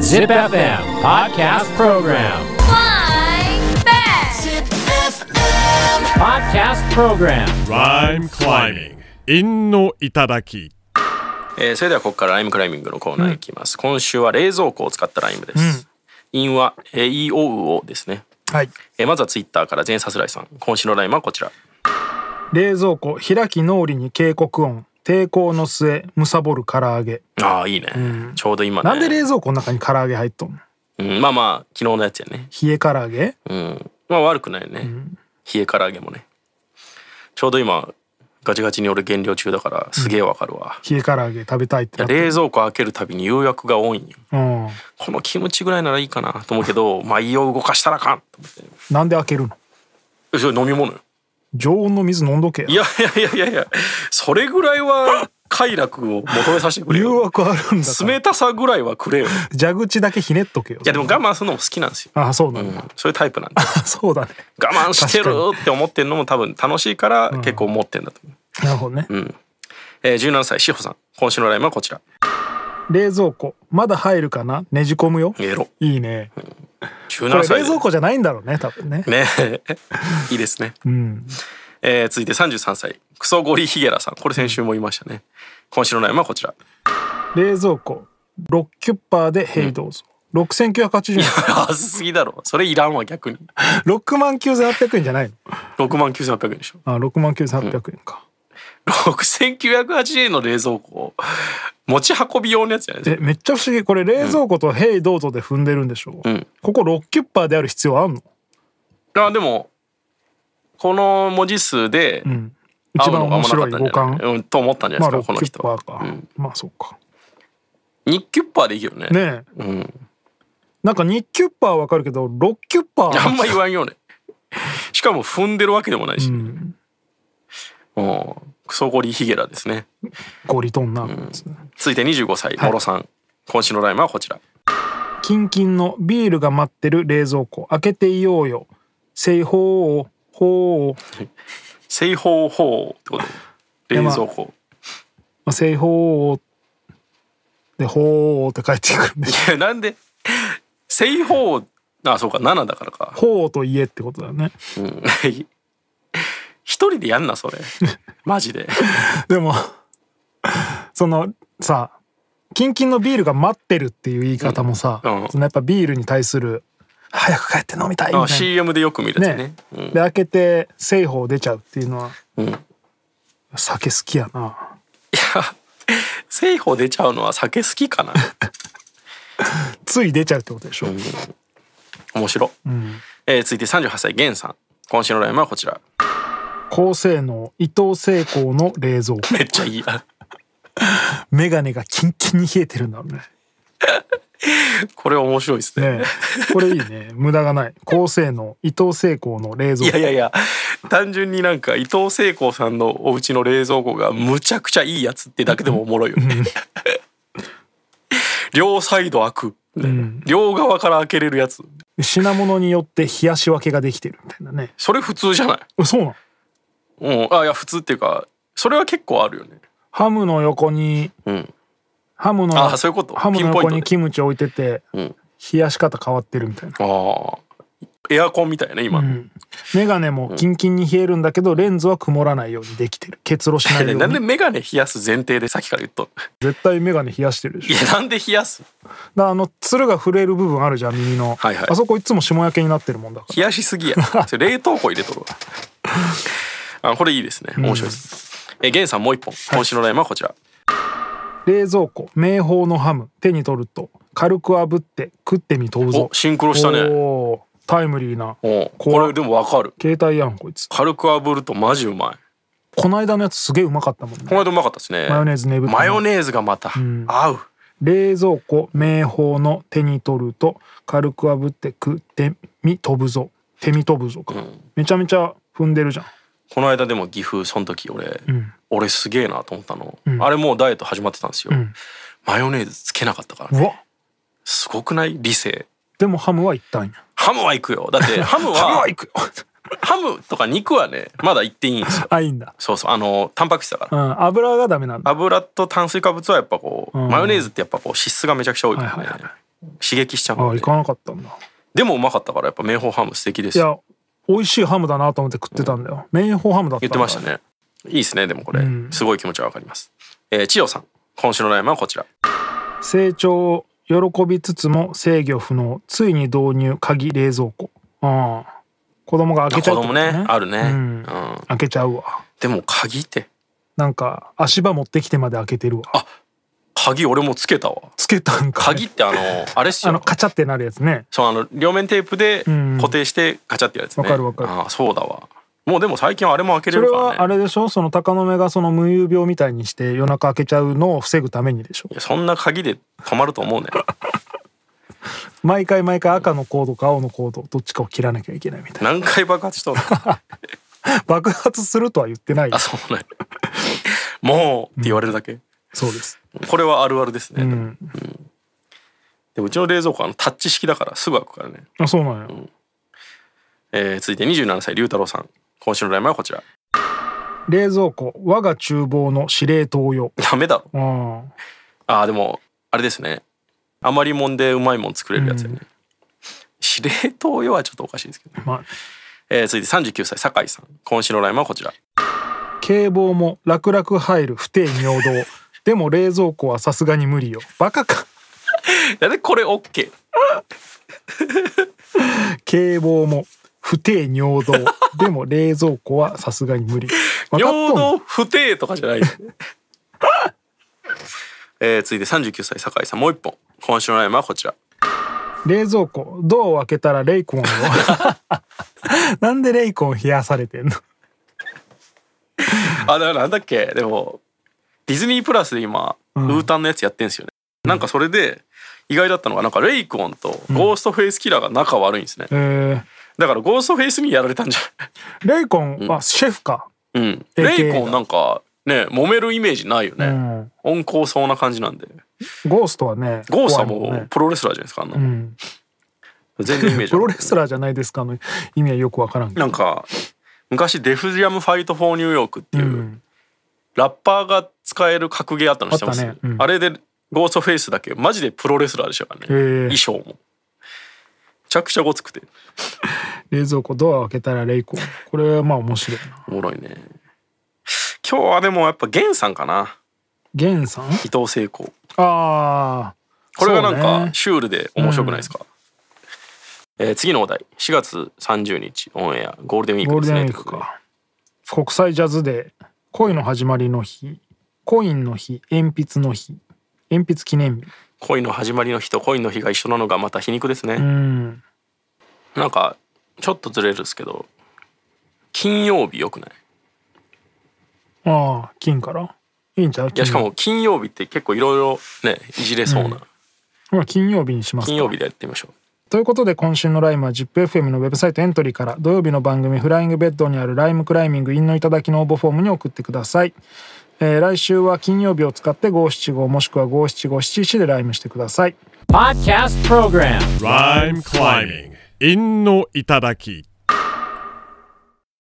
Zip FM Podcast Program. Flying back. Podcast Program. Rhyme climbing 陰の頂きえーそれではここからライムクライミングのコーナーいきます、今週は冷蔵庫を使ったライムです、陰は「えいおうお」ですね、はい。えーまずはツイッターから全さすらいさん今週のライムはこちら冷蔵庫開き脳裏に警告音抵抗の末むさぼる唐揚げあーいいね、ちょうど今ねなんで冷蔵庫の中に唐揚げ入っとんのうん、まあまあ昨日のやつやね冷え唐揚げうんまあ悪くないよね、冷え唐揚げもねちょうど今ガチガチに俺減量中だからすげえわかるわ、冷え唐揚げ食べたいってなって冷蔵庫開けるたびに誘惑が多いんようんこのキムチぐらいならいいかなと思うけどまあ胃を動かしたらあかんと思ってなんで開けるのえそれ飲み物よ常温の水飲んどけいやいやいやいやいやそれぐらいは快楽を求めさせてくれ誘よ惑あるんだから冷たさぐらいはく れよい蛇口だけひねっとけよいやでも我慢するのも好きなんですよ、あそうなんうだ、んそういうタイプ なんでそうだね我慢してるって思ってんのも多分楽しいから結構思ってんだと思う、なるほどね、えー、17歳志保さん今週のライブはこちら冷蔵庫まだ入るかなねじ込むよエロいいねこれ17冷歳で蔵庫じゃないんだろうね多分ねね いいですね、えー続いて33歳クソゴリヒゲラさんこれ先週も言いましたね、今週のライブはこちら冷蔵庫6キュッパーで「ヘイどうぞ」6980円安すぎだろそれいらんわ逆に6万9800円じゃないの6万9800円でしょあ6万9800円か、 6980円の冷蔵庫持ち運び用のやつじゃないですえめっちゃ不思議これ冷蔵庫と「ヘイどうぞ」で踏んでるんでしょう、んここ6キュッパーである必要あんのかあでもこの文字数で一番面白い合うの五があんまなかったんじゃない感うん、と思ったんじゃまないあですか、こ6のキュッ人パはーか、まあそうか2キュッパーでいいよねねえ、なんか2キュッパーわかるけど6キュッパあんーま言わんよねしかも踏んでるわけでもないし、うん、クソゴリヒゲラですねゴリトンな、続いて25歳モロさん、今週のライムはこちらキンキンのビールが待ってる冷蔵庫開けていようよ製法をほ「製法法」ってこと冷蔵庫う製法をでほうって帰ってくるんでいやなんで製法あそうか7だからかほうと言えってことだよねうん一 人でやんなそれマジででもそのさキンキンのビールが待ってるっていう言い方もさ、うんうんそのやっぱビールに対する早く帰って飲みたいみあたい CM でよく見るやなつ ねうんで開けて製法出ちゃうっていうのは、ん酒好きやな製法出ちゃうのは酒好きか なつい出ちゃうってことでしょ、面白、えー続いて38歳ゲンさん今週のライムはこちら高性能伊藤聖光の冷蔵庫めっちゃいいやメガネがキンキンに冷えてるんだろうねこれ面白いですねねえこれいいね無駄がない高性能伊藤聖光の冷い蔵や庫いやいや単純になんか伊藤聖光さんのお家の冷蔵庫がむちゃくちゃいいやつってだけでもおもろいよね 両サイド開くみたいな両側から開けれるやつ品物によって冷やし分けができてるみたいなねそれ普通じゃないえそうなのうん、あいや普通っていうかそれは結構あるよねハムの横に、んハムのあそういうことハムのピンポイン横トでにキムチ置いてて、ん冷やし方変わってるみたいなああエアコンみたいな今、メガネもキンキンに冷えるんだけどレンズは曇らないようにできてる結露しないようで になんでメガネ冷やす前提でさっきから言っとる絶対メガネ冷やしてるで しいょだやかなんで冷やすらあのつるが震える部分あるじゃん耳の、はいはいあそこいつも下焼けになってるもんだから冷やしすぎやそれ冷凍庫入れとるわ あこれいいですね面白いです、えゲンさんもう一本今週のラインはこちら、冷蔵庫名宝のハム手に取ると軽く炙って食ってみとうぞおシンクロしたねおータイムリーなおうこ怖れでもわかる携帯やんこいつ軽く炙るとマジうまいこの間のやつすげえうまかったもんねこの間うまかったですねマヨネーズねぶたマヨネーズがまた、合う冷蔵庫名宝の手に取ると軽く炙って食ってみ飛ぶぞ手み飛ぶぞか、めちゃめちゃ踏んでるじゃんこの間でも岐阜その時俺、俺すげえなと思ったの、あれもうダイエット始まってたんですよ、マヨネーズつけなかったから、うわすごくない理性でもハムは行ったんや ハムは行くよだってハムはハムは行くよハムとか肉はねまだ言っていいんですよあいいんだ、そうそうあのタンパク質だからうん、油がダメなんだ油と炭水化物はやっぱこう、うんマヨネーズってやっぱこう脂質がめちゃくちゃ多いからね、はいはいは刺激しちゃうあので行かなかったんだでもうまかったからやっぱ明宝ハム素敵でいすよや美味しいハムだなと思って食ってたんだよ、メインホーハムだった言んっだてましたねいいですねでもこれ、うんすごい気持ちはわかります、えー、千代さん今週のライマはこちら成長を喜びつつも制御不能ついに導入鍵冷蔵庫ああ子供が子開けちゃうって供ことねあるね、ううんん開けちゃうわでも鍵ってなんか足場持ってきてまで開けてるわあ鍵俺もつけたわつけたんか鍵ってあの あれっすあのよカチャってなるやつねそうあの両面テープでうん固定してガチャってやるやつねわかるわかるあーそうだわもうでも最近はあれも開けそれれるからねはあれでしょその鷹の目がその夢遊病みたいにして夜中開けちゃうのを防ぐためにでしょいやそんな鍵で止まると 思うね毎回毎回赤のコードか青のコードどっちかを切らなきゃいけないみたい何回爆発し とんのな爆発するとは言ってないあそうなんやもうって言われるだけ、そうです、これはあるあるですね、うん、でもうちの冷蔵庫はあのタッチ式だからすぐ開くからね、あそうなんやえー続いて27歳龍太郎さん今週のライマはこちら冷蔵庫我が厨房の司令塔よダメだろああーでもあれですね余りもんでうまいもん作れるやつよね、司令塔用はちょっとおかしいですけど、あまえー続いて39歳酒井さん今週のライマはこちらあ警棒も楽々入る不定明堂でも冷蔵庫はさすがに無理よバカかなんでこれ OK 警棒も不定 尿道でも冷蔵庫はさすがに無理分かっ尿とんの道不定とかじゃない、ね、えー続いて39歳酒井さんもう一本今週のライマはこちら冷蔵庫ドアを開けたらレ イコンをなんでレイコン冷やされてんのあだからなんだっけでもディズニープラスで今、んウータンのやつやってんすよねなんかそれで意外だったのがなんかレイコンとゴーストフェイスキラーが仲悪いんですね、えだからゴーストフェイスにやられたんじーレイコンはシェフか、ゃない、うん、 AKA レイコンなんかね揉めるイメージないようね、ん、温厚そうな感じなんでゴーストはねゴーストは怖いもんうねプロレスラーじゃないですかあんなうの、ん、全然イメージプロレスララーじゃないですかの意味はよくわからんけどなんか昔デフジャムファイトフォーニューヨークっていう、うんラッパーが使える格ゲーあったの知ってますあったねうんあれでゴーストフェイスだけマジでプロレスラーでしたからねへー衣装もめちゃくちゃごつくて冷蔵庫ドアを開けたらレイコンこれはまあ面白いなおもろいね今日はでもやっぱ源さんかなゲンさん伊藤聖子ああこれがなんそうねかシュールで面白くないですか、えー次のお題4月30日オンエアゴールデンウィークゴーでルすデンねウィークか国際ジャズデー恋の始まりの日コインの日鉛筆の日鉛筆記念日恋の始まりの日と恋の日が一緒なのがまた皮肉ですね、うんなんかちょっとずれるんですけど金曜日よくないああ金からいいんちゃういやしかも金曜日って結構いろいろねいじれそうな、金金曜日にしますか金曜日でやってみましょということで今週のライムは ZIPFM のウェブサイトエントリーから土曜日の番組「フライングベッド」にある「ライムクライミングインの頂き」の応募フォームに送ってください、えー来週は金曜日を使って五七五もしくは五七五七七でライムしてください Podcast Program Rhyme climbing. 韻の頂き。